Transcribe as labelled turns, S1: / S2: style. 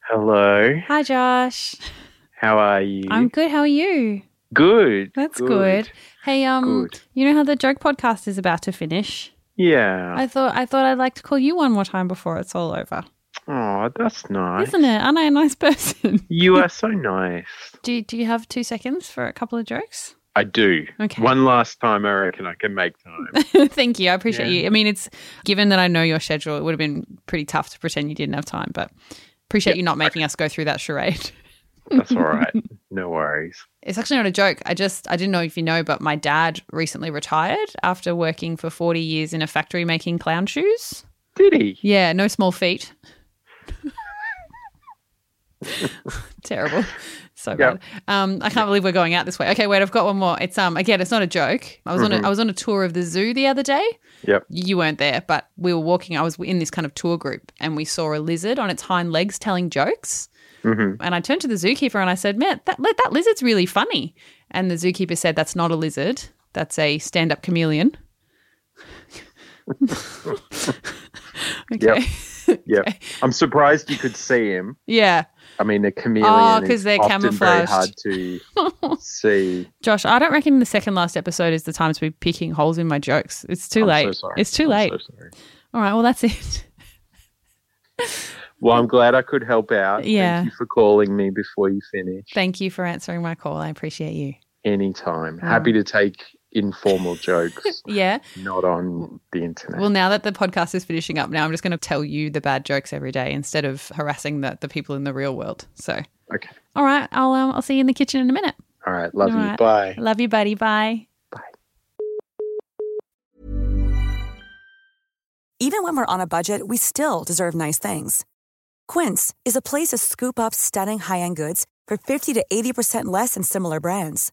S1: Hello.
S2: Hi, Josh.
S1: How are you?
S2: I'm good. How are you?
S1: good.
S2: That's good. Hey, um,
S1: Good.
S2: you know how the joke podcast is about to finish?
S1: Yeah.
S2: I thought I thought I'd like to call you one more time before it's all over.
S1: oh, that's nice.
S2: Isn't it? Aren't I a nice person?
S1: You are so nice.
S2: do you- Do you have two seconds for a couple of jokes?
S1: I do.
S2: Okay.
S1: One last time, I reckon I can make time.
S2: Thank you. I appreciate
S1: Yeah.
S2: you. I mean, it's given that I know your schedule, it would have been pretty tough to pretend you didn't have time, but appreciate you not making us go through that charade.
S1: That's all right. No worries.
S2: It's actually not a joke. I just I didn't know if you know, but my dad recently retired after working for 40 years in a factory making clown shoes.
S1: Did he?
S2: Yeah, no small feet. Terrible. So
S1: Yep.
S2: bad. Um, I can't believe we're going out this way. Okay, wait, I've got one more. It's um again, it's not a joke. I was on
S1: Mhm.
S2: a, I was on a tour of the zoo the other day.
S1: Yep.
S2: You weren't there, but we were walking. I was in this kind of tour group, and we saw a lizard on its hind legs telling jokes.
S1: hmm
S2: And I turned to the zookeeper and I said, "Man, that li- that lizard's really funny." And the zookeeper said, "That's not a lizard. That's a stand-up chameleon." okay.
S1: Yep. I'm surprised you could see him.
S2: Yeah.
S1: I mean, a chameleon
S2: Oh, 'cause
S1: is
S2: they're
S1: often very
S2: camouflaged.
S1: hard to see.
S2: Josh, I don't reckon the second last episode is the time to be picking holes in my jokes. It's too
S1: I'm
S2: late.
S1: so sorry.
S2: It's too
S1: I'm
S2: late.
S1: so sorry.
S2: All right, well that's it.
S1: Well, I'm glad I could help out.
S2: Yeah.
S1: Thank you for calling me before you finish.
S2: Thank you for answering my call. I appreciate you.
S1: Anytime.
S2: Oh.
S1: Happy to take informal jokes,
S2: Yeah.
S1: not on the internet.
S2: Well, now that the podcast is finishing up now, I'm just going to tell you the bad jokes every day instead of harassing the, the people in the real world. So,
S1: Okay.
S2: all right, I'll um, I'll see you in the kitchen in a minute.
S1: All right. Love
S2: All
S1: you.
S2: right.
S1: Bye.
S2: Love you, buddy. Bye.
S3: Even when we're on a budget, we still deserve nice things. Quince is a place to scoop up stunning high end goods for 50 to 80% less than similar brands.